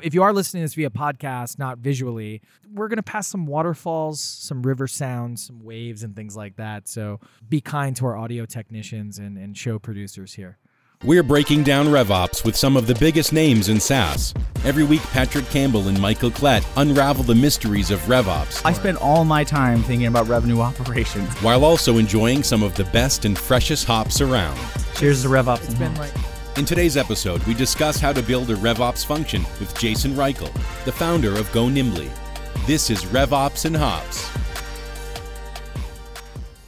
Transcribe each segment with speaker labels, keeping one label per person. Speaker 1: If you are listening to this via podcast, not visually, we're going to pass some waterfalls, some river sounds, some waves, and things like that. So be kind to our audio technicians and, and show producers here.
Speaker 2: We're breaking down RevOps with some of the biggest names in SaaS. Every week, Patrick Campbell and Michael Klett unravel the mysteries of RevOps
Speaker 3: I spend all my time thinking about revenue operations.
Speaker 2: while also enjoying some of the best and freshest hops around.
Speaker 3: Cheers to RevOps.
Speaker 1: It's been like
Speaker 2: In today's episode, we discuss how to build a RevOps function with Jason Reichel, the founder of Go Nimbly. This is RevOps and Hops.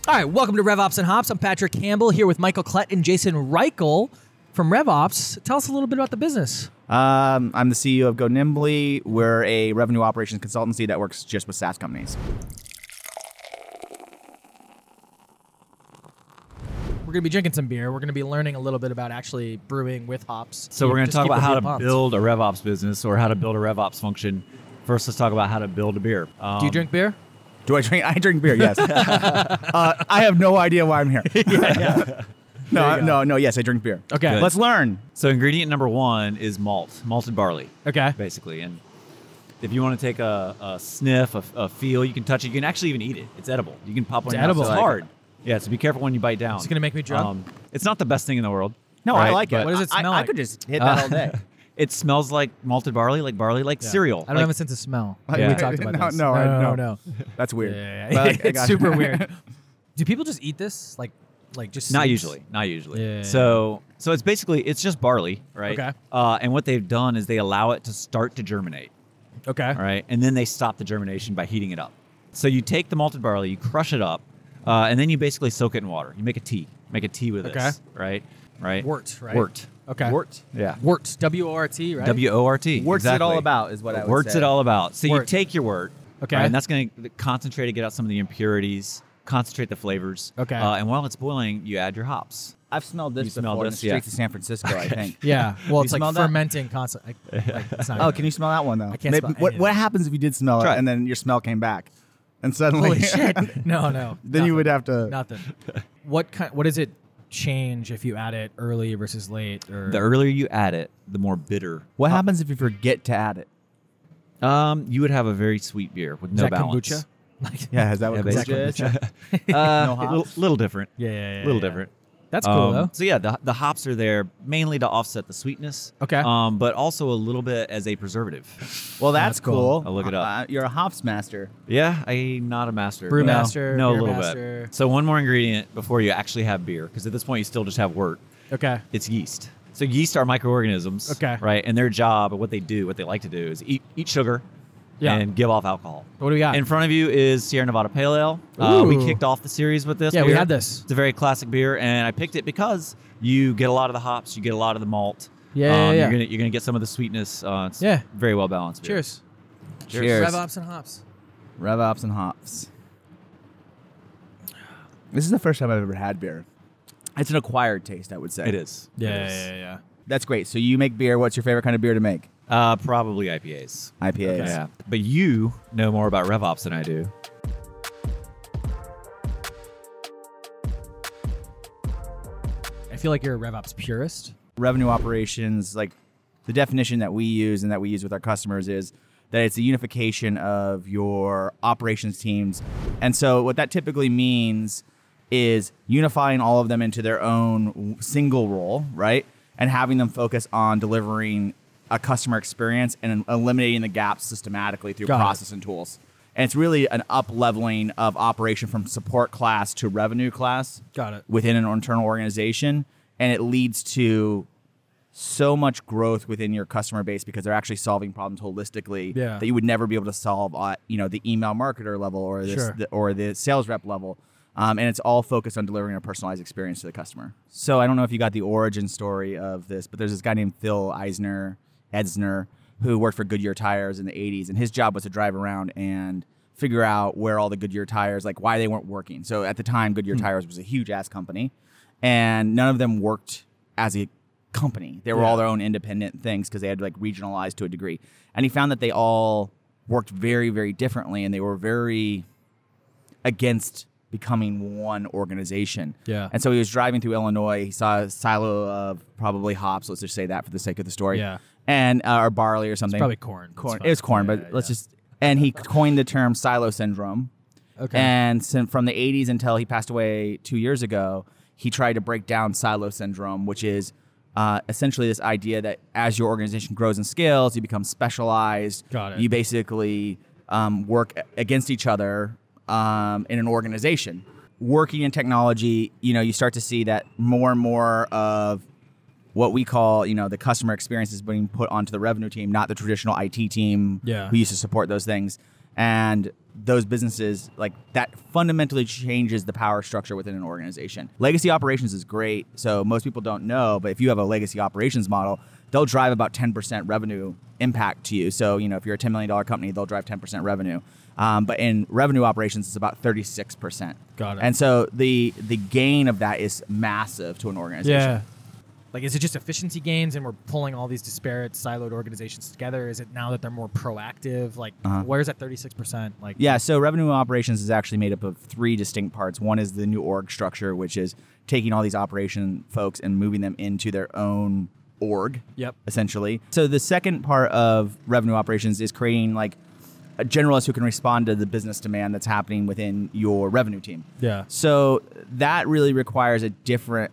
Speaker 1: All right, welcome to RevOps and Hops. I'm Patrick Campbell here with Michael Klett and Jason Reichel from RevOps. Tell us a little bit about the business.
Speaker 3: Um, I'm the CEO of Go Nimbly. We're a revenue operations consultancy that works just with SaaS companies.
Speaker 1: We're going to be drinking some beer. We're going to be learning a little bit about actually brewing with hops.
Speaker 4: So we're going to
Speaker 1: Just
Speaker 4: talk
Speaker 1: keep
Speaker 4: about
Speaker 1: us
Speaker 4: how to
Speaker 1: pumped.
Speaker 4: build a RevOps business or how to build a RevOps function. First, let's talk about how to build a beer. Um,
Speaker 1: Do you drink beer?
Speaker 3: Do I drink? I drink beer. Yes. uh, I have no idea why I'm here. no, I- no, no. Yes, I drink beer.
Speaker 1: Okay.
Speaker 4: Good.
Speaker 3: Let's learn.
Speaker 4: So ingredient number one is malt, malted barley,
Speaker 1: Okay.
Speaker 4: basically. And if you want to take a, a sniff, a, a feel, you can touch it. You can actually even eat it. It's edible. You can pop
Speaker 1: It's
Speaker 4: one. in your mouth.
Speaker 1: edible.
Speaker 4: It's hard. Yeah. So be careful when you bite down. Um,
Speaker 1: It's gonna make me drunk?
Speaker 4: it's not the best thing in the world.
Speaker 3: No, I
Speaker 4: right?
Speaker 3: like it.
Speaker 4: But
Speaker 1: What does it
Speaker 3: I-
Speaker 1: smell like?
Speaker 3: I,
Speaker 1: Uh,
Speaker 3: I could just hit that all day.
Speaker 4: It smells like malted barley, like barley, like cereal.
Speaker 1: I don't
Speaker 4: Like-
Speaker 1: have a sense of smell.
Speaker 3: Like,
Speaker 4: Yeah.
Speaker 1: We talked about
Speaker 3: no,
Speaker 1: this.
Speaker 3: No, I-
Speaker 1: no,
Speaker 3: no,
Speaker 1: no.
Speaker 3: That's weird.
Speaker 1: Yeah,
Speaker 3: But I- I
Speaker 1: it's
Speaker 3: got-
Speaker 1: super weird. Do people just eat this? Like, like just
Speaker 4: not
Speaker 1: seeds?
Speaker 4: usually not usually
Speaker 1: Yeah.
Speaker 4: so so it's basically it's just barley right
Speaker 1: Okay.
Speaker 4: uh, and what they've done is they allow it to start to germinate
Speaker 1: Okay.
Speaker 4: all right and then they stop the germination by heating it up so you take the malted barley you crush it up uh, and then you basically soak it in water you make a tea make a tea with
Speaker 1: Okay.
Speaker 4: this right right
Speaker 1: Wort, right?
Speaker 4: wort
Speaker 1: Okay.
Speaker 3: Wort.
Speaker 4: yeah
Speaker 1: Wort. W O R T. Right.
Speaker 4: w-o-r-t
Speaker 3: Wort's it all
Speaker 4: exactly.
Speaker 3: about is what I would
Speaker 4: Wort's
Speaker 3: say.
Speaker 4: it all about. So
Speaker 1: Wort.
Speaker 4: you take your wort,
Speaker 1: Okay.
Speaker 4: right, and that's going to concentrate to get out some of the impurities, concentrate the flavors.
Speaker 1: Okay.
Speaker 4: uh, and while it's boiling, you add your hops.
Speaker 3: I've smelled this
Speaker 4: You smell
Speaker 3: before in the
Speaker 4: this, yeah.
Speaker 3: streets of San Francisco. I think.
Speaker 1: Yeah. Well,
Speaker 3: You
Speaker 1: it's like
Speaker 3: smell that?
Speaker 1: fermenting constantly. Like, it's not
Speaker 3: Oh,
Speaker 1: even-
Speaker 3: can you smell that one though?
Speaker 1: I can't smell
Speaker 3: what,
Speaker 1: any of
Speaker 3: what
Speaker 1: it.
Speaker 3: happens if you did smell
Speaker 4: Try
Speaker 3: it
Speaker 4: it.
Speaker 3: and then your smell came back, and suddenly
Speaker 1: Holy shit! No, no.
Speaker 3: Then you would have to-
Speaker 1: nothing. What kind? What does it change if you add it early versus late? Or
Speaker 4: The earlier you add it, the more bitter.
Speaker 1: Uh,
Speaker 3: What happens if you forget to add it?
Speaker 4: Um, you would have a very sweet beer with
Speaker 1: is
Speaker 4: no
Speaker 1: that
Speaker 4: balance.
Speaker 1: kombucha? Like,
Speaker 3: Yeah, is that what
Speaker 4: Yeah,
Speaker 3: kombucha
Speaker 4: basically.
Speaker 3: is?
Speaker 4: Uh,
Speaker 3: No hops?
Speaker 4: little, little different.
Speaker 1: Yeah, yeah, yeah,
Speaker 4: little
Speaker 1: yeah.
Speaker 4: different.
Speaker 1: That's cool
Speaker 4: Um,
Speaker 1: though.
Speaker 4: So yeah, the, the hops are there mainly to offset the sweetness.
Speaker 1: Okay.
Speaker 4: Um, but also a little bit as a preservative.
Speaker 3: Well,
Speaker 1: That's
Speaker 3: that's, cool.
Speaker 4: cool. I'll look it up.
Speaker 3: Uh, you're a hops master.
Speaker 4: Yeah, I'm not a master. but-
Speaker 1: Brewmaster,
Speaker 4: No,
Speaker 1: beer
Speaker 4: a little
Speaker 1: master.
Speaker 4: bit. So one more ingredient before you actually have beer, because at this point you still just have wort.
Speaker 1: Okay.
Speaker 4: It's yeast. So yeast are microorganisms.
Speaker 1: Okay.
Speaker 4: Right, and their job, what they do, what they like to do, is eat eat sugar,
Speaker 1: Yeah.
Speaker 4: and give off alcohol.
Speaker 1: What do we got?
Speaker 4: In front of you is Sierra Nevada Pale Ale. Uh, we
Speaker 1: Ooh.
Speaker 4: kicked off the series with this.
Speaker 1: Yeah, we
Speaker 4: beer.
Speaker 1: had this.
Speaker 4: It's a very classic beer, and I picked it because you get a lot of the hops, you get a lot of the malt. Um,
Speaker 1: Yeah, yeah, yeah.
Speaker 4: You're gonna you're gonna get some of the sweetness. Uh, it's
Speaker 1: Yeah.
Speaker 4: very well balanced. beer.
Speaker 1: Cheers.
Speaker 3: Cheers.
Speaker 1: Rev ops and hops.
Speaker 3: Rev ops and hops. This is the first time I've ever had beer. It's an acquired taste, I would say.
Speaker 4: It is.
Speaker 1: Yeah,
Speaker 4: It is.
Speaker 1: yeah, yeah.
Speaker 3: That's great. So you make beer. What's your favorite kind of beer to make?
Speaker 4: Uh, probably IPAs.
Speaker 3: IPAs.
Speaker 4: Yeah, but you know more about RevOps than I do.
Speaker 1: I feel like you're a RevOps purist.
Speaker 3: Revenue operations, like the definition that we use and that we use with our customers is that it's a unification of your operations teams. And so what that typically means is unifying all of them into their own w- single role, right? And having them focus on delivering a customer experience and eliminating the gaps systematically through
Speaker 1: Got it.
Speaker 3: process and tools. And it's really an up leveling of operation from support class to revenue class
Speaker 1: Got it.
Speaker 3: within an internal organization. And it leads to so much growth within your customer base because they're actually solving problems holistically
Speaker 1: Yeah.
Speaker 3: that you would never be able to solve at you know the email marketer level or this
Speaker 1: Sure.
Speaker 3: the, or the sales rep level. Um, and it's all focused on delivering a personalized experience to the customer. So I don't know if you got the origin story of this, but there's this guy named Phil Eisner Edsner who worked for Goodyear tires in the 80s, and his job was to drive around and figure out where all the Goodyear tires, like why they weren't working. So at the time, Goodyear tires was a huge ass company, and none of them worked as a company. They were all their own independent things because they had to like regionalize to a degree. And he found that they all worked very, very differently and they were very against becoming one organization.
Speaker 1: Yeah.
Speaker 3: And so he was driving through Illinois. He saw a silo of probably hops, let's just say that for the sake of the story.
Speaker 1: Yeah.
Speaker 3: and uh, or barley or something.
Speaker 1: probably corn. That's
Speaker 3: corn.
Speaker 1: fine.
Speaker 3: It was corn,
Speaker 1: Yeah,
Speaker 3: but
Speaker 1: yeah,
Speaker 3: let's
Speaker 1: yeah.
Speaker 3: just. And he coined the term silo syndrome.
Speaker 1: Okay.
Speaker 3: And sin- from the 80s until he passed away two years ago, he tried to break down silo syndrome, which is uh, essentially this idea that as your organization grows and scales, you become specialized.
Speaker 1: Got it.
Speaker 3: You basically um, work a- against each other um, in an organization. Working in technology, you know, you start to see that more and more of what we call, you know, the customer experience is being put onto the revenue team, not the traditional IT team
Speaker 1: Yeah.
Speaker 3: who used to support those things. And those businesses, like that fundamentally changes the power structure within an organization. Legacy operations is great. So most people don't know, but if you have a legacy operations model, they'll drive about 10% revenue impact to you. So, you know, if you're a $10 million company, they'll drive 10% revenue. Um, but in revenue operations, it's about 36%.
Speaker 1: Got it.
Speaker 3: And so the the gain of that is massive to an organization.
Speaker 1: yeah. Like, is it just efficiency gains, and we're pulling all these disparate siloed organizations together? Is it now that they're more proactive? Like, where's that thirty six percent? Like,
Speaker 3: Uh-huh. Yeah, so revenue operations is actually made up of three distinct parts. One is the new org structure, which is taking all these operation folks and moving them into their own org,
Speaker 1: Yep.
Speaker 3: essentially. So the second part of revenue operations is creating like a generalist who can respond to the business demand that's happening within your revenue team.
Speaker 1: Yeah.
Speaker 3: So that really requires a different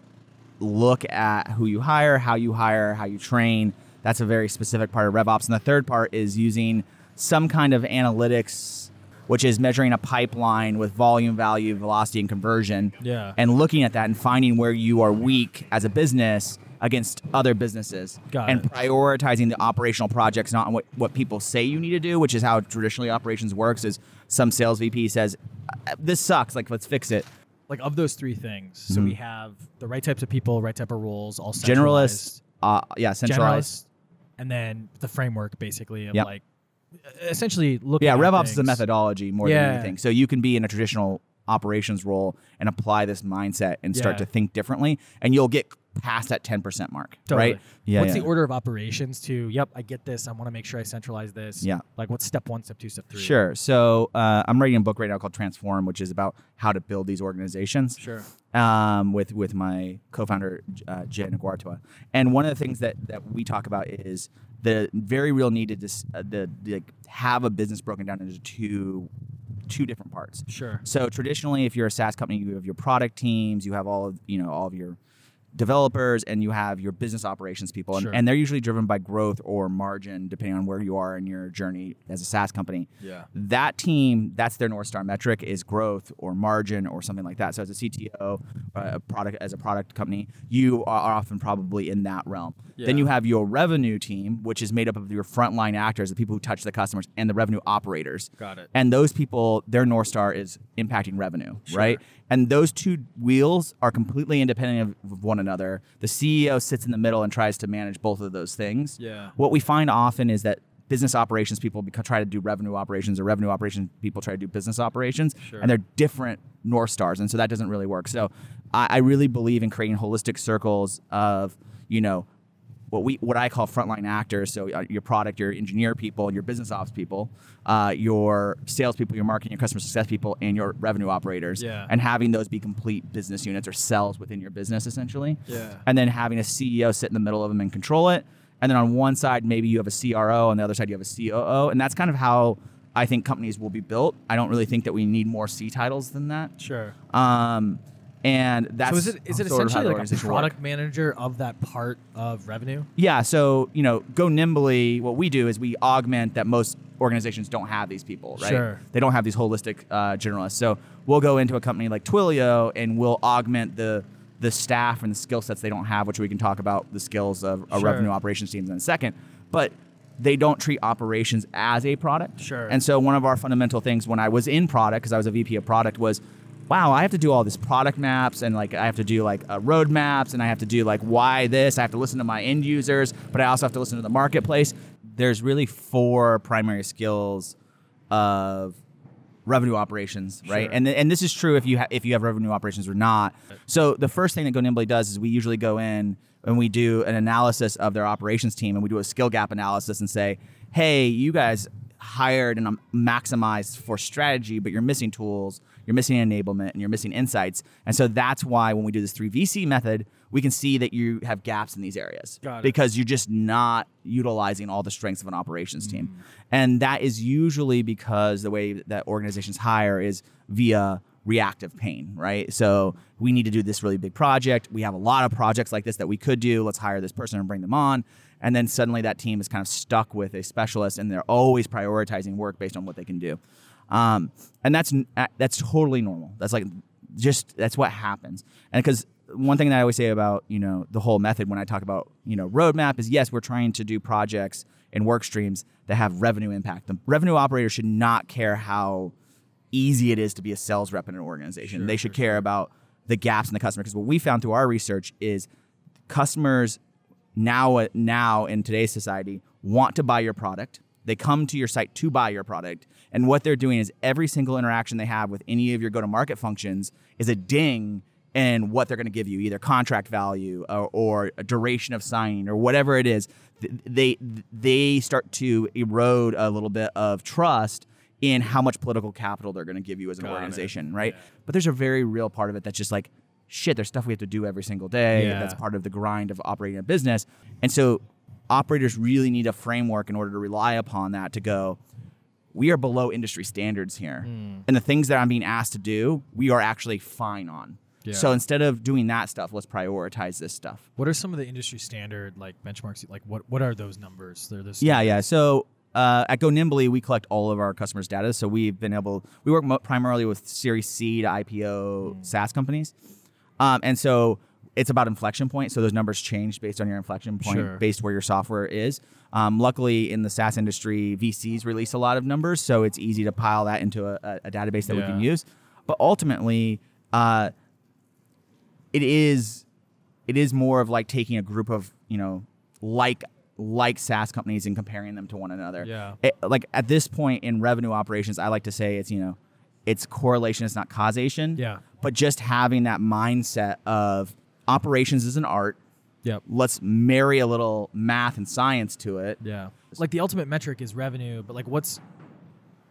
Speaker 3: look at who you hire, how you hire, how you train. That's a very specific part of RevOps. And the third part is using some kind of analytics, which is measuring a pipeline with volume, value, velocity, and conversion.
Speaker 1: Yeah.
Speaker 3: And looking at that and finding where you are weak as a business against other businesses
Speaker 1: Got
Speaker 3: and
Speaker 1: it.
Speaker 3: prioritizing the operational projects, not what, what people say you need to do, which is how traditionally operations works is some sales VP says, "Uh, this sucks, like let's fix it.
Speaker 1: Like of those three things, so we have the right types of people, right type of roles, all
Speaker 3: Mm-hmm. Generalist,
Speaker 1: centralized,
Speaker 3: uh, yeah, centralized.
Speaker 1: generalist, and then the framework basically of
Speaker 3: Yep.
Speaker 1: like e-, essentially looking.
Speaker 3: Yeah,
Speaker 1: at
Speaker 3: RevOps is a
Speaker 1: things.
Speaker 3: methodology more
Speaker 1: Yeah.
Speaker 3: than anything. So you can be in a traditional operations role and apply this mindset and start
Speaker 1: Yeah.
Speaker 3: to think differently, and you'll get past that 10% mark,
Speaker 1: Totally.
Speaker 3: right? Yeah.
Speaker 1: What's
Speaker 3: yeah.
Speaker 1: the order of operations to? Yep, I get this. I want to make sure I centralize this.
Speaker 3: Yeah.
Speaker 1: Like, what's step one, step two, step three?
Speaker 3: Sure. So uh, I'm reading a book right now called Transform, which is about how to build these organizations.
Speaker 1: Sure.
Speaker 3: Um, with with my co-founder uh, Jay Naguartua, and one of the things that that we talk about is the very real need to dis- uh, the, the have a business broken down into two two different parts.
Speaker 1: Sure.
Speaker 3: So traditionally, if you're a SaaS company, you have your product teams, you have all of you know all of your developers, and you have your business operations people, and,
Speaker 1: Sure.
Speaker 3: and they're usually driven by growth or margin, depending on where you are in your journey as a SaaS company.
Speaker 1: Yeah.
Speaker 3: That team, that's their north star metric is growth or margin or something like that. So as a CTO, uh, a product as a product company, you are often probably in that realm. Then
Speaker 1: Yeah.
Speaker 3: you have your revenue team, which is made up of your frontline actors, the people who touch the customers, and the revenue operators.
Speaker 1: Got it.
Speaker 3: And those people, their North Star is impacting revenue, right? And those two wheels are completely independent of- of one another. The CEO sits in the middle and tries to manage both of those things.
Speaker 1: Yeah.
Speaker 3: What we find often is that business operations people beca- try to do revenue operations or revenue operations people try to do business operations and they're different north stars and so that doesn't really work so I, I really believe in creating holistic circles of you know what we what I call frontline actors. So uh, your product, your engineer people, your business ops people, uh, your sales people, your marketing, your customer success people, and your revenue operators.
Speaker 1: Yeah.
Speaker 3: And having those be complete business units or cells within your business, essentially.
Speaker 1: Yeah.
Speaker 3: And then having a CEO sit in the middle of them and control it. And then on one side, maybe you have a CRO, on the other side, you have a COO, and that's kind of how. I think companies will be built. I don't really think that we need more C titles than that.
Speaker 1: Sure.
Speaker 3: Um, and that's
Speaker 1: So is it is it
Speaker 3: sort of how
Speaker 1: essentially
Speaker 3: the
Speaker 1: like a
Speaker 3: organization works.
Speaker 1: product manager of that part of revenue?
Speaker 3: Yeah, so you know, go nimbly. What we do is we augment that most organizations don't have these people, right?
Speaker 1: Sure.
Speaker 3: They don't have these holistic uh, generalists. So we'll go into a company like Twilio and we'll augment the the staff and the skill sets they don't have, which we can talk about the skills of a
Speaker 1: Sure.
Speaker 3: revenue operations teams in a second. But they don't treat operations as a product.
Speaker 1: Sure.
Speaker 3: And so one of our fundamental things when I was in product, because I was a VP of product, was wow, I have to do all this product maps and like I have to do like uh, road maps and I have to do like why this. I have to listen to my end users, but I also have to listen to the marketplace. There's really four primary skills of revenue operations, right?
Speaker 1: Sure.
Speaker 3: And and this is true if you ha- if you have revenue operations or not. So the first thing that GoNimbly does is we usually go in and we do an analysis of their operations team and we do a skill gap analysis and say, hey, you guys hired and um, maximized for strategy, but you're missing tools. you're missing enablement, and you're missing insights. And so that's why when we do this 3VC method, we can see that you have gaps in these areas
Speaker 1: Got it.
Speaker 3: because you're just not utilizing all the strengths of an operations team. And that is usually because the way that organizations hire is via reactive pain, right? So we need to do this really big project. We have a lot of projects like this that we could do. Let's hire this person and bring them on. And then suddenly that team is kind of stuck with a specialist and they're always prioritizing work based on what they can do. Um, and that's that's totally normal. That's like just that's what happens. And because one thing that I always say about you know the whole method when I talk about you know roadmap is yes, we're trying to do projects and work streams that have revenue impact. The revenue operator should not care how easy it is to be a sales rep in an organization. they should care about the gaps in the customer because what we found through our research is customers now uh, now in today's society want to buy your product. They come to your site to buy your product, and what they're doing is every single interaction they have with any of your go-to-market functions is a ding in what they're going to give you, either contract value or, or a duration of signing or whatever it is. Th- They they start to erode a little bit of trust in how much political capital they're going to give you as an organization, right? But there's a very real part of it that's just like, shit, there's stuff we have to do every single day.
Speaker 1: Yeah.
Speaker 3: That's part of the grind of operating a business. And so operators really need a framework in order to rely upon that to go, we are below industry standards here. And the things that I'm being asked to do, we are actually fine on.
Speaker 1: Yeah.
Speaker 3: So instead of doing that stuff, let's prioritize this stuff.
Speaker 1: What are some of the industry standard like benchmarks? Like what what are those numbers? They're those
Speaker 3: Yeah, yeah. So uh, at Go Nimbly, we collect all of our customers' data. So we've been able, we work mo- primarily with Series C to
Speaker 1: Mm.
Speaker 3: IPO SaaS companies. Um, and so it's about inflection point. So those numbers change based on your inflection point,
Speaker 1: Sure.
Speaker 3: based where your software is. Um, luckily, in the SaaS industry, VCs release a lot of numbers. So it's easy to pile that into a, a- a database that we can
Speaker 1: Yeah.
Speaker 3: use. But ultimately, uh, it is it is more of like taking a group of you know like like SaaS companies and comparing them to one another.
Speaker 1: Yeah.
Speaker 3: It- like at this point in revenue operations, I like to say it's you know it's correlation, it's not causation.
Speaker 1: Yeah.
Speaker 3: But just having that mindset of operations is an art.
Speaker 1: Yep.
Speaker 3: Let's marry a little math and science to it.
Speaker 1: Yeah. Like the ultimate metric is revenue, but like what's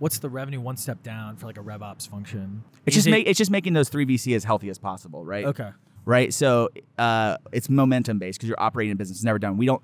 Speaker 1: what's the revenue one step down for like a RevOps function?
Speaker 3: It's
Speaker 1: Is
Speaker 3: just
Speaker 1: it-
Speaker 3: make, it's just making those three VC as healthy as possible, right?
Speaker 1: Okay.
Speaker 3: right? So uh, it's momentum based because you're operating a business. It's never done. We don't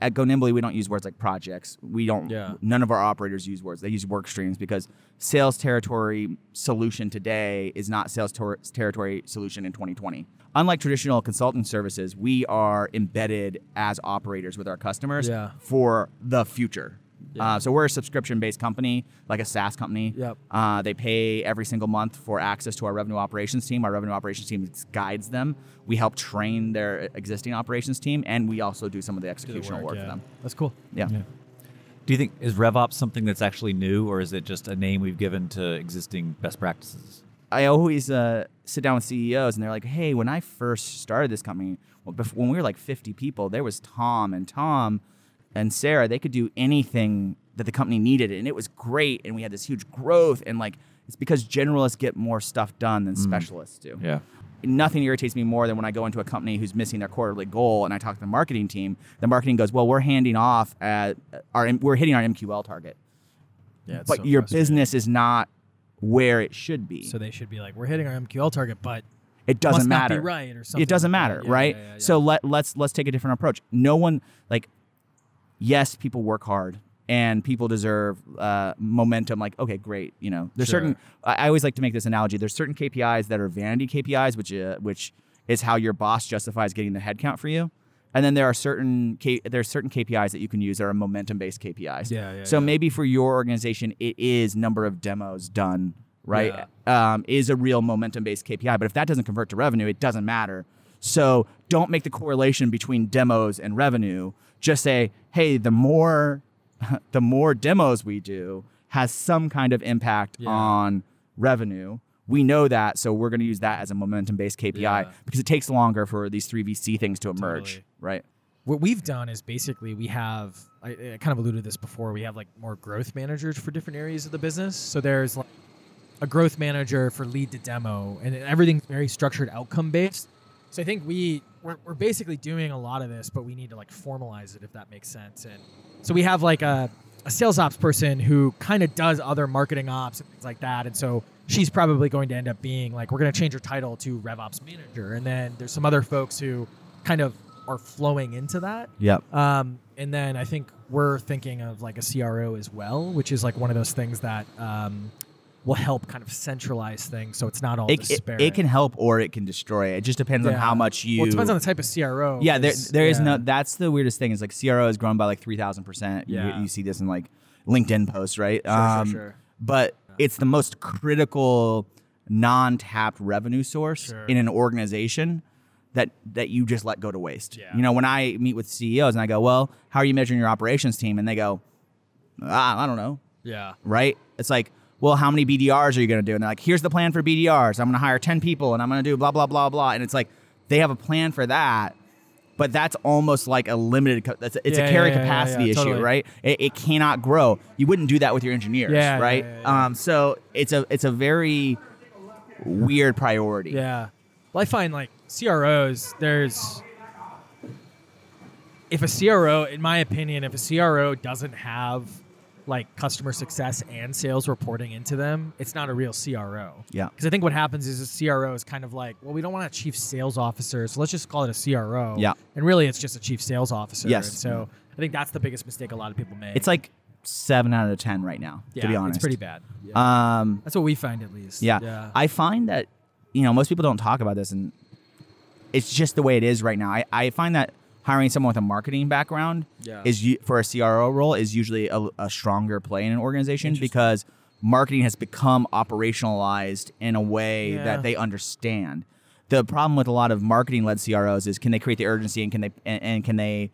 Speaker 3: at Go Nimbly. We don't use words like projects. We don't.
Speaker 1: Yeah.
Speaker 3: None of our operators use words. They use work streams because sales territory solution today is not sales tor- territory solution in 2020. Unlike traditional consulting services, we are embedded as operators with our customers
Speaker 1: Yeah.
Speaker 3: for the future. Uh, so we're a subscription-based company, like a SaaS company.
Speaker 1: Yep.
Speaker 3: Uh, they pay every single month for access to our revenue operations team. Our revenue operations team guides them. We help train their existing operations team, and we also do some of the
Speaker 1: Do the
Speaker 3: executional work,
Speaker 1: yeah.
Speaker 3: for them.
Speaker 1: That's cool.
Speaker 3: Yeah.
Speaker 4: Do you think is RevOps something that's actually new, or is it just a name we've given to existing best practices?
Speaker 3: I always uh, sit down with CEOs, and they're like, "Hey, when I first started this company, well, bef- when we were like 50 people, there was Tom and Tom and Sarah. They could do anything that the company needed, and it was great. And we had this huge growth, and like." It's because generalists get more stuff done
Speaker 1: Mm.
Speaker 3: than specialists do.
Speaker 4: Yeah.
Speaker 3: nothing irritates me more than when I go into a company who's missing their quarterly goal and I talk to the marketing team. The marketing goes, "Well, we're handing off at our we're hitting our MQL target,
Speaker 1: Yeah. it's
Speaker 3: but
Speaker 1: so
Speaker 3: your
Speaker 1: frustrating.
Speaker 3: business is not where it should be.
Speaker 1: So they should be like, we're hitting our MQL target, but
Speaker 3: it doesn't
Speaker 1: must not be
Speaker 3: matter,
Speaker 1: right, or something
Speaker 3: It doesn't
Speaker 1: like that.
Speaker 3: matter,
Speaker 1: Yeah,
Speaker 3: right?
Speaker 1: yeah, yeah, yeah.
Speaker 3: So let let's let's take a different approach. No one like, yes, people work hard and people deserve uh, momentum. Like, okay, great, you know, there's
Speaker 1: Sure.
Speaker 3: certain. I I always like to make this analogy. There's certain KPIs that are vanity KPIs, which uh, which is how your boss justifies getting the headcount for you. And then there are certain K, there's certain KPIs that you can use that are momentum based KPIs.
Speaker 1: Yeah, yeah,
Speaker 3: So
Speaker 1: yeah.
Speaker 3: maybe for your organization, it is number of demos done, right? Um, is a real momentum based KPI. But if that doesn't convert to revenue, it doesn't matter. So don't make the correlation between demos and revenue. Just say, hey, the more the more demos we do has some kind of impact
Speaker 1: Yeah.
Speaker 3: on revenue. We know that, so we're going to use that as a momentum based KPI
Speaker 1: Yeah.
Speaker 3: because it takes longer for these three VC things to emerge,
Speaker 1: Totally.
Speaker 3: right?
Speaker 1: what we've done is basically we have I, I kind of alluded to this before we have like more growth managers for different areas of the business so there's like a growth manager for lead to demo and then everything's very structured outcome based so i think we we're, we're basically doing a lot of this but we need to like formalize it if that makes sense and so we have like a, a sales ops person who kind of does other marketing ops and things like that and so she's probably going to end up being like, we're going to change her title to RevOps manager. And then there's some other folks who kind of are flowing into that.
Speaker 3: Yep.
Speaker 1: Um, and then I think we're thinking of like a CRO as well, which is like one of those things that um, will help kind of centralize things so it's not all
Speaker 3: It, it,
Speaker 1: disparate.
Speaker 3: it can help or it can destroy. It just depends on
Speaker 1: Yeah.
Speaker 3: how much you.
Speaker 1: Well, it depends on the type of CRO.
Speaker 3: yeah, there,
Speaker 1: because-
Speaker 3: there is
Speaker 1: yeah.
Speaker 3: no. That's the weirdest thing. Is like CRO has grown by like three thousand percent.
Speaker 1: Yeah.
Speaker 3: You, you see this in like LinkedIn posts, right? Um,
Speaker 1: Sure, sure, sure.
Speaker 3: But it's the most critical non-tapped revenue source
Speaker 1: Sure.
Speaker 3: in an organization that that you just let go to waste.
Speaker 1: Yeah.
Speaker 3: You know, when I meet with CEOs and I go, "Well, how are you measuring your operations team?" and they go, "Ah, I don't know."
Speaker 1: Yeah.
Speaker 3: right? It's like, well, how many BDRs are you going to do? And they're like, here's the plan for BDRs. I'm going to hire 10 people and I'm going to do blah, blah, blah, blah. And it's like, they have a plan for that. But that's almost like a limited, co- that's, it's
Speaker 1: Yeah,
Speaker 3: a
Speaker 1: yeah,
Speaker 3: carry
Speaker 1: yeah, yeah,
Speaker 3: capacity
Speaker 1: yeah,
Speaker 3: issue,
Speaker 1: totally.
Speaker 3: right? It, it cannot grow. You wouldn't do that with your engineers,
Speaker 1: Yeah, yeah,
Speaker 3: right?
Speaker 1: yeah, yeah.
Speaker 3: Um, so it's a, it's a very weird priority.
Speaker 1: Yeah. Well, I find like CROs, there's. If a CRO, in my opinion, if a CRO doesn't have like customer success and sales reporting into them, it's not a real CRO.
Speaker 3: Yeah.
Speaker 1: Because I think what happens is a CRO is kind of like, well, we don't want a chief sales officer, so let's just call it a CRO.
Speaker 3: Yeah.
Speaker 1: And really, it's just a chief sales officer.
Speaker 3: Yes.
Speaker 1: And so I think that's the biggest mistake a lot of people make.
Speaker 3: It's like seven out of 10 right now,
Speaker 1: yeah,
Speaker 3: to be honest.
Speaker 1: it's pretty bad. Yeah.
Speaker 3: Um,
Speaker 1: that's what we find at least.
Speaker 3: Yeah.
Speaker 1: Yeah.
Speaker 3: I find that, you know, most people don't talk about this and it's just the way it is right now. I, I find that hiring someone with a marketing background
Speaker 1: Yeah.
Speaker 3: is u- for a CRO role is usually a, a stronger play in an organization
Speaker 1: Interesting.
Speaker 3: because marketing has become operationalized in a way
Speaker 1: Yeah.
Speaker 3: that they understand. The problem with a lot of marketing led CROs is can they create the urgency and can they and, and can they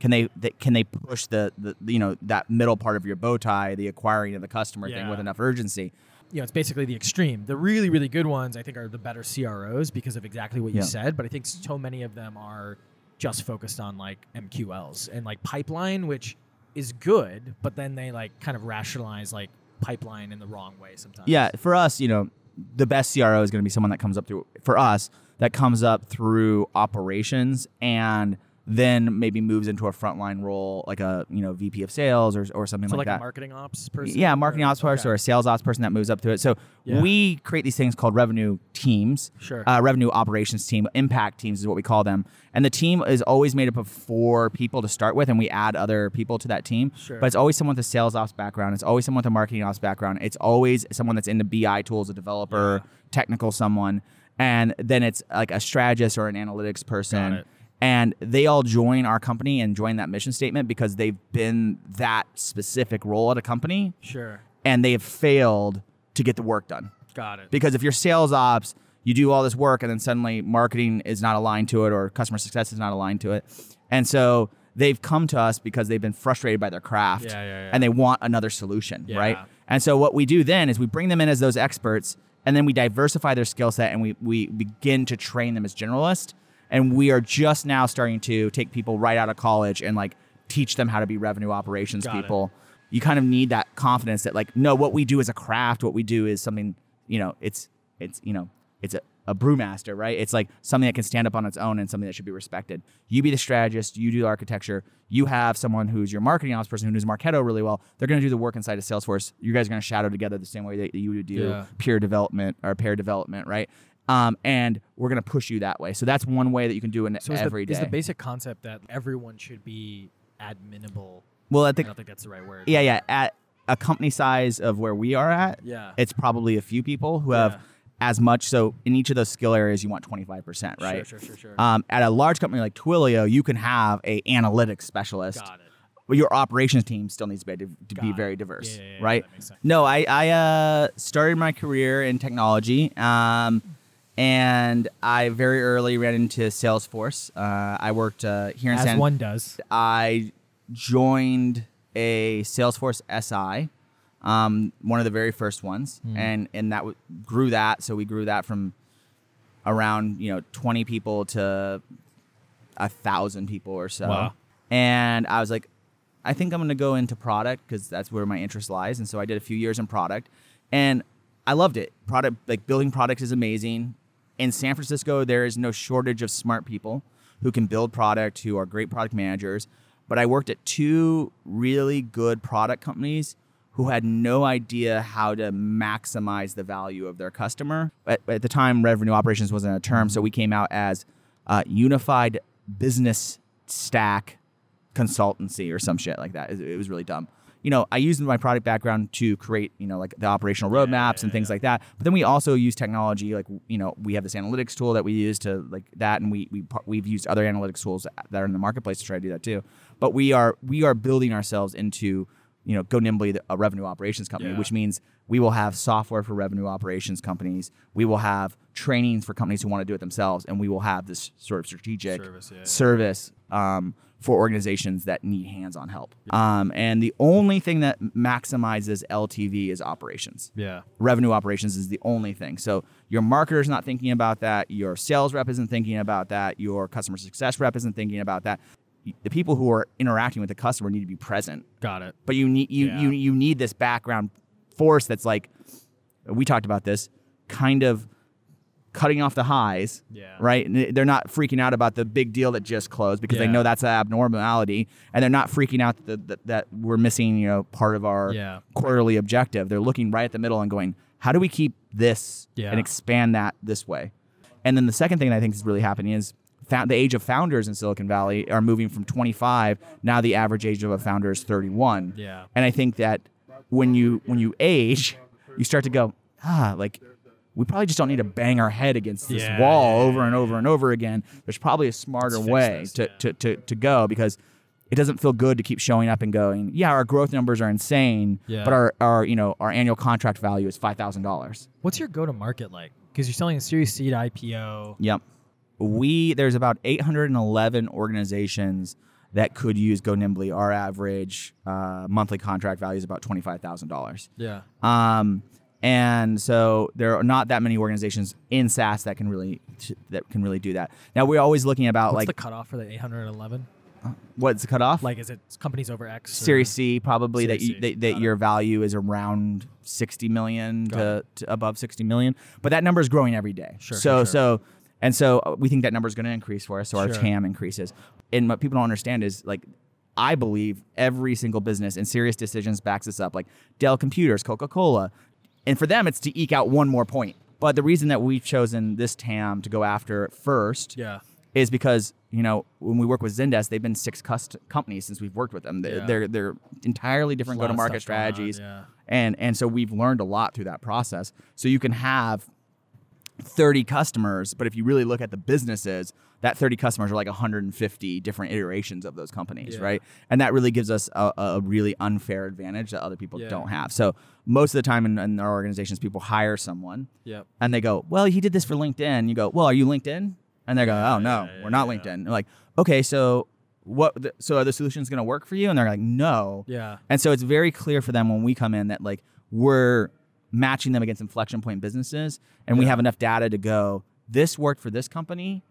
Speaker 3: can they, th- can they push the, the you know that middle part of your bow tie the acquiring of the customer thing
Speaker 1: Yeah.
Speaker 3: with enough urgency
Speaker 1: you know, it's basically the extreme. The really, really good ones, I think, are the better CROs because of exactly what you
Speaker 3: Yeah.
Speaker 1: said. But I think so many of them are just focused on like MQLs and like pipeline, which is good, but then they like kind of rationalize like pipeline in the wrong way sometimes.
Speaker 3: Yeah, for us, you know, the best CRO is going to be someone that comes up through for us that comes up through operations and then maybe moves into a frontline role like a you know VP of sales or or something
Speaker 1: So
Speaker 3: like,
Speaker 1: like,
Speaker 3: that.
Speaker 1: a marketing ops person.
Speaker 3: Yeah, marketing
Speaker 1: or-
Speaker 3: ops person or a
Speaker 1: okay.
Speaker 3: sales ops person that moves up to it. So
Speaker 1: Yeah.
Speaker 3: we create these things called revenue teams.
Speaker 1: Sure.
Speaker 3: Uh, revenue operations team, impact teams is what we call them. And the team is always made up of four people to start with, and we add other people to that team.
Speaker 1: Sure.
Speaker 3: But it's always someone with a sales ops background. It's always someone with a marketing ops background. It's always someone that's into BI tools, a developer, technical someone. And then it's like a strategist or an analytics person
Speaker 1: Got it.
Speaker 3: and they all join our company and join that mission statement because they've been that specific role at a company
Speaker 1: Sure.
Speaker 3: and they have failed to get the work done.
Speaker 1: Got it.
Speaker 3: Because if you're sales ops, you do all this work and then suddenly marketing is not aligned to it or customer success is not aligned to it. And so they've come to us because they've been frustrated by their craft
Speaker 1: Yeah, yeah, yeah.
Speaker 3: and they want another solution,
Speaker 1: Yeah.
Speaker 3: right? And so what we do then is we bring them in as those experts and then we diversify their skill set and we we begin to train them as generalists. And we are just now starting to take people right out of college and like teach them how to be revenue operations
Speaker 1: Got it.
Speaker 3: people. You kind of need that confidence that like, no, what we do is a craft, what we do is something, you know, it's it's you know, it's a, a brewmaster, right? It's like something that can stand up on its own and something that should be respected. You be the strategist, you do the architecture, you have someone who's your marketing ops person who knows Marketo really well. They're gonna do the work inside of Salesforce. You guys are gonna shadow together the same way that you would do
Speaker 1: Yeah.
Speaker 3: peer development or pair development, right? Um, and we're gonna push you that way. So that's one way that you can do it
Speaker 1: so is the,
Speaker 3: every day.
Speaker 1: is the basic concept that everyone should be adminable?
Speaker 3: well, at
Speaker 1: I
Speaker 3: the
Speaker 1: don't think that's the right word.
Speaker 3: yeah, yeah, at a company size of where we are at,
Speaker 1: Yeah.
Speaker 3: it's probably a few people who
Speaker 1: Yeah.
Speaker 3: have as much. So in each of those skill areas, you want 25%, right?
Speaker 1: Sure, sure, sure, sure.
Speaker 3: Um, at a large company like Twilio, you can have a analytics specialist.
Speaker 1: Got it.
Speaker 3: But your operations team still needs to be, to
Speaker 1: Got
Speaker 3: be
Speaker 1: it.
Speaker 3: very diverse,
Speaker 1: Yeah, yeah, yeah, yeah,
Speaker 3: right?
Speaker 1: that makes sense.
Speaker 3: No, I, I uh, started my career in technology, um, and I very early ran into Salesforce. Uh, I worked uh, here in
Speaker 1: As
Speaker 3: San
Speaker 1: one does.
Speaker 3: I joined a Salesforce SI, um, one of the very first ones, and and that w- grew that. So we grew that from around you know twenty people to a thousand people or so.
Speaker 1: Wow.
Speaker 3: And I was like, I think I'm going to go into product because that's where my interest lies. And so I did a few years in product, and I loved it. Product like building products is amazing. In San Francisco, there is no shortage of smart people who can build product, who are great product managers. But I worked at two really good product companies who had no idea how to maximize the value of their customer. At, at the time, revenue operations wasn't a term, so we came out as uh, unified business stack consultancy or some shit like that. It, it was really dumb. You know, I used my product background to create, you know, like the operational roadmaps and things like that. But then we also use technology, like you know, we have this analytics tool that we use to like that, and we we par- we've used other analytics tools that are in the marketplace to try to do that too. But we are we are building ourselves into you know, go nimbly the- a revenue operations company,
Speaker 1: Yeah.
Speaker 3: which means we will have software for revenue operations companies. We will have trainings for companies who want to do it themselves, and we will have this sort of strategic
Speaker 1: Service, yeah, yeah.
Speaker 3: service um, for organizations that need hands-on help. Um, and the only thing that maximizes LTV is operations.
Speaker 1: Yeah.
Speaker 3: Revenue operations is the only thing. So your marketer's not thinking about that. Your sales rep isn't thinking about that. Your customer success rep isn't thinking about that. The people who are interacting with the customer need to be present
Speaker 1: Got it.
Speaker 3: but you need you,
Speaker 1: Yeah.
Speaker 3: you you need this background force that's like we talked about this kind of cutting off the highs
Speaker 1: Yeah.
Speaker 3: right And they're not freaking out about the big deal that just closed because they
Speaker 1: Yeah.
Speaker 3: know that's an abnormality and they're not freaking out that, that, that we're missing you know part of our
Speaker 1: Yeah.
Speaker 3: quarterly objective they're looking right at the middle and going how do we keep this
Speaker 1: Yeah.
Speaker 3: and expand that this way and then the second thing that i think is really happening is found, the age of founders in silicon valley are moving from 25 now the average age of a founder is 31
Speaker 1: Yeah.
Speaker 3: and I think that when you when you age, you start to go, ah, like we probably just don't need to bang our head against this
Speaker 1: Yeah,
Speaker 3: wall
Speaker 1: yeah,
Speaker 3: over and over and over again. There's probably a smarter
Speaker 1: fix
Speaker 3: way
Speaker 1: this,
Speaker 3: to,
Speaker 1: yeah.
Speaker 3: to, to, to go because it doesn't feel good to keep showing up and going, yeah, our growth numbers are insane,
Speaker 1: Yeah.
Speaker 3: but our, our you know our annual contract value is five thousand dollars.
Speaker 1: What's your go to market like? Because you're selling a Series C to IPO.
Speaker 3: Yep. We there's about 811 organizations that could use Go Nimbly. Our average uh, monthly contract value is about twenty five thousand dollars.
Speaker 1: Yeah.
Speaker 3: Um, and so there are not that many organizations in SaaS that can really that can really do that. Now we're always looking about
Speaker 1: What's the
Speaker 3: like
Speaker 1: cutoff for the 811?
Speaker 3: what's the cutoff?
Speaker 1: Like, is it companies over X? or-
Speaker 3: Series C probably that you,
Speaker 1: Series C,
Speaker 3: that, that
Speaker 1: got
Speaker 3: your value is around 60 million
Speaker 1: Got
Speaker 3: to, to above 60 million, but that number is growing every day.
Speaker 1: Sure,
Speaker 3: So
Speaker 1: sure.
Speaker 3: so and so uh, we think that number is going to increase for us, so our
Speaker 1: Sure.
Speaker 3: TAM increases. And what people don't understand is like. I believe every single business and serious decisions backs this up, like Dell Computers, Coca Cola. And for them, it's to eke out one more point. But the reason that we've chosen this TAM to go after first
Speaker 1: Yeah.
Speaker 3: is because you know when we work with Zendesk, they've been six cust- companies since we've worked with them. They,
Speaker 1: Yeah.
Speaker 3: They're they're entirely different
Speaker 1: Lot
Speaker 3: go
Speaker 1: of
Speaker 3: to market
Speaker 1: stuff going on,
Speaker 3: strategies,
Speaker 1: yeah.
Speaker 3: and and so we've learned a lot through that process. So you can have. 30 customers, but if you really look at the businesses, that 30 customers are like 150 different iterations of those companies,
Speaker 1: Yeah.
Speaker 3: right? And that really gives us a, a really unfair advantage that other people
Speaker 1: Yeah.
Speaker 3: don't have. So most of the time in, in our organizations, people hire someone
Speaker 1: Yep.
Speaker 3: and they go, "Well, he did this for LinkedIn." You go, "Well, are you LinkedIn?" And they go, "Oh no,
Speaker 1: yeah,
Speaker 3: we're not
Speaker 1: yeah.
Speaker 3: LinkedIn." And they're like, "Okay, so what? The, so are the solutions going to work for you?" And they're like, "No."
Speaker 1: Yeah.
Speaker 3: And so it's very clear for them when we come in that like we're matching them against inflection point businesses, and we have enough data to go, "This worked for this company,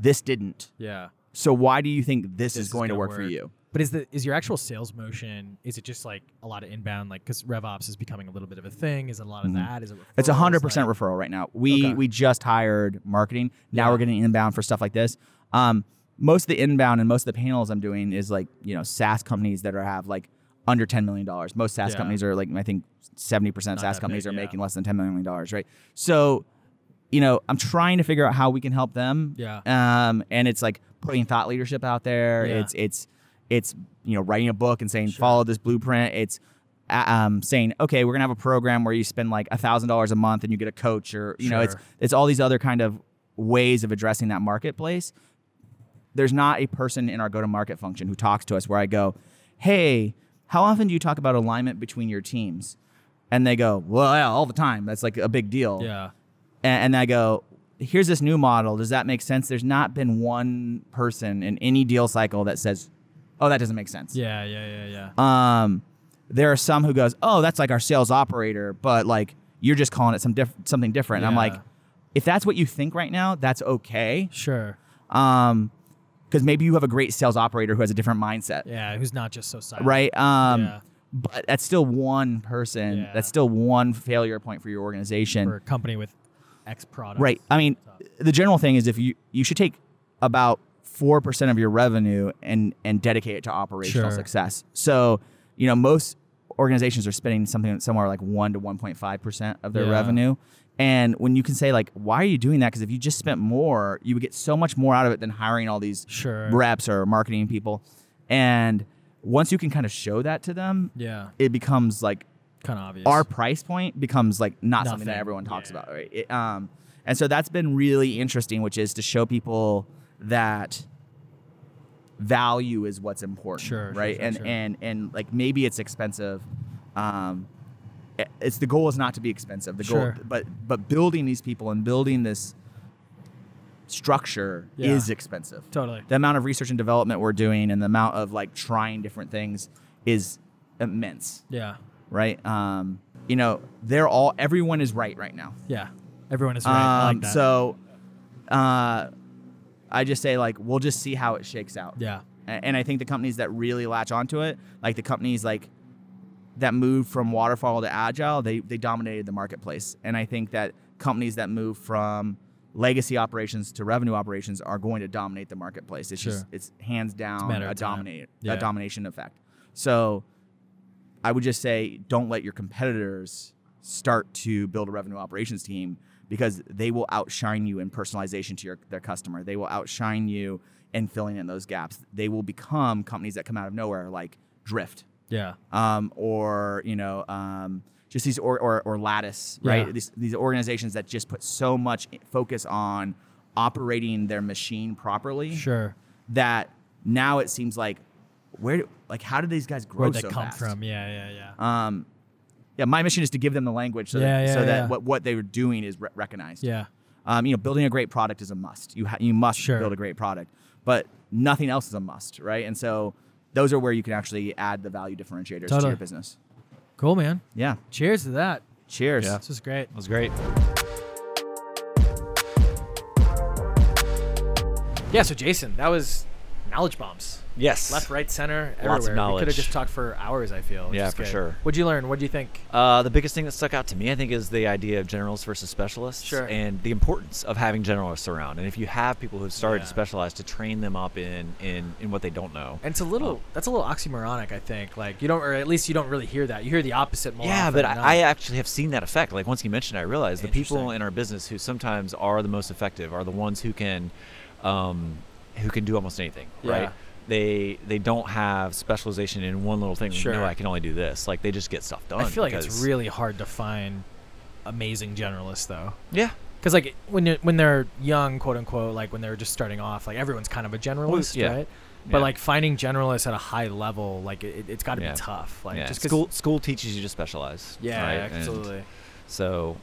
Speaker 3: this didn't."
Speaker 1: Yeah.
Speaker 3: So why do you think this,
Speaker 1: This
Speaker 3: is going to
Speaker 1: gonna
Speaker 3: work, for you?
Speaker 1: But is the is your actual sales motion? Is it just like a lot of inbound? Like, because RevOps is becoming a little bit of a thing. Is it a lot of
Speaker 3: Mhm.
Speaker 1: that? Is it?
Speaker 3: It's a
Speaker 1: referrals?
Speaker 3: hundred percent
Speaker 1: Like-
Speaker 3: referral right now. We
Speaker 1: Okay.
Speaker 3: we just hired marketing. Now
Speaker 1: Yeah.
Speaker 3: we're getting inbound for stuff like this. Um, most of the inbound and most of the panels I'm doing is like you know SaaS companies that are have like under ten million dollars. Most SaaS
Speaker 1: Yeah.
Speaker 3: companies are like I think seventy percent of
Speaker 1: Not
Speaker 3: SaaS
Speaker 1: that
Speaker 3: companies
Speaker 1: big,
Speaker 3: are
Speaker 1: yeah.
Speaker 3: making less than ten million dollars, right? So, you know, I'm trying to figure out how we can help them.
Speaker 1: Yeah.
Speaker 3: Um, and it's like putting thought leadership out there.
Speaker 1: Yeah.
Speaker 3: It's it's it's you know writing a book and saying follow this blueprint. It's uh, um, saying okay, we're gonna have a program where you spend like a thousand dollars a month and you get a coach or you know it's
Speaker 1: Sure.
Speaker 3: it's all these other kind of ways of addressing that marketplace. There's not a person in our go to market function who talks to us where I go, hey, how often do you talk about alignment between your teams? And they go, well, yeah, all the time. That's like a big deal
Speaker 1: Yeah.
Speaker 3: and, and I go, here's this new model. Does that make sense? There's not been one person in any deal cycle that says, oh, that doesn't make sense.
Speaker 1: Yeah. Yeah. Yeah. Yeah.
Speaker 3: Um, there are some who goes, oh, that's like our sales operator, but like you're just calling it some diff- something different. And I'm
Speaker 1: Yeah.
Speaker 3: like, if that's what you think right now, that's okay.
Speaker 1: Sure.
Speaker 3: Um, because maybe you have a great sales operator who has a different mindset
Speaker 1: Yeah. Who's not just so silent?
Speaker 3: right? Um,
Speaker 1: Yeah.
Speaker 3: But that's still one person.
Speaker 1: Yeah.
Speaker 3: That's still one failure point for your organization.
Speaker 1: For a company with X product.
Speaker 3: Right. Uh, I mean, the general thing is if you you should take about four percent of your revenue and and dedicate it to operational
Speaker 1: Sure.
Speaker 3: success. So you know most organizations are spending something somewhere like 1 to 1.5% of their
Speaker 1: Yeah.
Speaker 3: revenue. And when you can say like why are you doing that cuz if you just spent more, you would get so much more out of it than hiring all these
Speaker 1: Sure.
Speaker 3: reps or marketing people. And once you can kind of show that to them,
Speaker 1: Yeah.
Speaker 3: it becomes like
Speaker 1: Kind of obvious.
Speaker 3: our price point becomes like not something that
Speaker 1: Nothing.
Speaker 3: everyone talks
Speaker 1: Yeah.
Speaker 3: about, right? It, um, and so that's been really interesting, which is to show people that value is what's important,
Speaker 1: Sure, sure,
Speaker 3: right?
Speaker 1: sure,
Speaker 3: and
Speaker 1: sure.
Speaker 3: and and like maybe it's expensive. Um, i- it's the goal is not to be expensive. The
Speaker 1: Sure.
Speaker 3: goal, but but building these people and building this structure
Speaker 1: Yeah.
Speaker 3: is expensive
Speaker 1: totally.
Speaker 3: the amount of research and development we're doing and the amount of like trying different things is immense
Speaker 1: Yeah.
Speaker 3: right um you know they're all everyone is right right now
Speaker 1: Yeah. Everyone is right. I like
Speaker 3: um
Speaker 1: that.
Speaker 3: so uh i just say like we'll just see how it shakes out
Speaker 1: yeah.
Speaker 3: A- and i think the companies that really latch onto it like the companies like that moved from waterfall to agile they they dominated the marketplace and i think that companies that move from legacy operations to revenue operations are going to dominate the marketplace it's just
Speaker 1: Sure.
Speaker 3: it's hands down
Speaker 1: matter
Speaker 3: a,
Speaker 1: of time.
Speaker 3: dominate
Speaker 1: Yeah.
Speaker 3: a domination effect so i would just say don't let your competitors start to build a revenue operations team because they will outshine you in personalization to your their customer they will outshine you in filling in those gaps they will become companies that come out of nowhere like drift
Speaker 1: Yeah.
Speaker 3: um, or you know, um, just these or, or, or lattice, right?
Speaker 1: Yeah.
Speaker 3: These, these organizations that just put so much focus on operating their machine properly
Speaker 1: Sure.
Speaker 3: that now it seems like where, do- like, how did these guys grow
Speaker 1: Where'd that
Speaker 3: so
Speaker 1: come
Speaker 3: fast?
Speaker 1: from? Yeah. Yeah. Yeah.
Speaker 3: Um, yeah, my mission is to give them the language so, that,
Speaker 1: Yeah, yeah,
Speaker 3: so that
Speaker 1: yeah.
Speaker 3: what, what they were doing is re- recognized.
Speaker 1: yeah.
Speaker 3: Um, you know, building a great product is a must. You ha- you must
Speaker 1: Sure.
Speaker 3: build a great product, but nothing else is a must, right? And so those are where you can actually add the value differentiators to
Speaker 1: Totally.
Speaker 3: your business.
Speaker 1: Cool, man.
Speaker 3: Yeah.
Speaker 1: Cheers to that.
Speaker 3: Cheers.
Speaker 1: This was great.
Speaker 4: That was great.
Speaker 1: Yeah. So Jason, that was knowledge bombs.
Speaker 4: Yes.
Speaker 1: Left, right, center, everywhere.
Speaker 4: Lots of
Speaker 1: We could have
Speaker 4: knowledge.
Speaker 1: just talked for hours. I feel. which
Speaker 4: Yeah,
Speaker 1: is
Speaker 4: for
Speaker 1: good.
Speaker 4: sure.
Speaker 1: What'd you learn? What'd you think?
Speaker 4: Uh, the biggest thing that stuck out to me, I think, is the idea of generalists versus specialists
Speaker 1: Sure.
Speaker 4: and the importance of having generalists around. And if you have people who've started
Speaker 1: Yeah.
Speaker 4: to specialize, to train them up in, in, in what they don't know.
Speaker 1: And it's a little.
Speaker 4: Oh.
Speaker 1: That's a little oxymoronic. I think. Like you don't, or at least you don't really hear that. You hear the opposite more.
Speaker 4: yeah,
Speaker 1: often
Speaker 4: but
Speaker 1: than
Speaker 4: I, I
Speaker 1: not.
Speaker 4: actually have seen that effect. Like, once you mentioned, it, I realized the people
Speaker 1: Interesting.
Speaker 4: in our business who sometimes are the most effective are the ones who can, um, who can do almost anything,
Speaker 1: Yeah.
Speaker 4: right? They, they don't have specialization in one little thing.
Speaker 1: Sure.
Speaker 4: No, I can only do this. Like, they just get stuff done.
Speaker 1: I feel like it's
Speaker 4: because-
Speaker 1: really hard to find amazing generalists though.
Speaker 4: Yeah.
Speaker 1: Because like when you when they're young, quote unquote, like when they're just starting off, like everyone's kind of a generalist,
Speaker 4: yeah.
Speaker 1: right? But
Speaker 4: Yeah.
Speaker 1: like finding generalists at a high level, like it, it's got to
Speaker 4: Yeah.
Speaker 1: be tough. Like
Speaker 4: yeah.
Speaker 1: just 'cause-
Speaker 4: school, school teaches you to specialize.
Speaker 1: yeah,
Speaker 4: right? And-
Speaker 1: absolutely.
Speaker 4: So,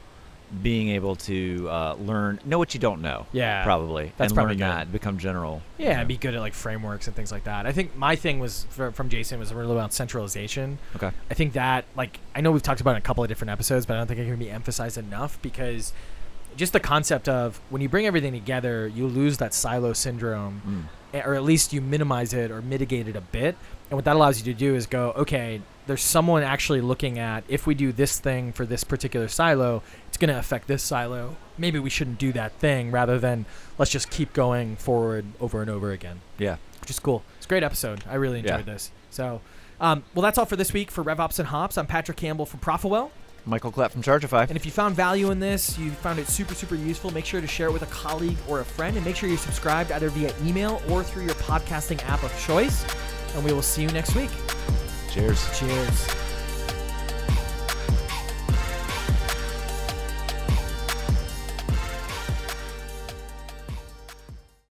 Speaker 4: being able to uh, learn, know what you don't know.
Speaker 1: Yeah,
Speaker 4: Probably.
Speaker 1: that's
Speaker 4: and
Speaker 1: probably
Speaker 4: learn
Speaker 1: good.
Speaker 4: that, become general.
Speaker 1: yeah, and be good at like frameworks and things like that. I think my thing was fr- from Jason was really about centralization.
Speaker 4: Okay.
Speaker 1: I think that like I know we've talked about it in a couple of different episodes, but I don't think it can be emphasized enough because just the concept of when you bring everything together, you lose that silo syndrome, eh, or at least you minimize it or mitigate it a bit. And what that allows you to do is go, okay, there's someone actually looking at if we do this thing for this particular silo, it's going to affect this silo. Maybe we shouldn't do that thing rather than let's just keep going forward over and over again
Speaker 4: Yeah.
Speaker 1: which is cool. It's a great episode. I really enjoyed
Speaker 4: Yeah.
Speaker 1: this. So, um, well, that's all for this week for RevOps and Hops. I'm Patrick Campbell from Profitwell.
Speaker 4: Michael Clapp from Chargeify.
Speaker 1: And if you found value in this, you found it super, super useful, make sure to share it with a colleague or a friend. And make sure you're subscribed either via email or through your podcasting app of choice. And we will see you next week.
Speaker 4: Cheers.
Speaker 1: Cheers.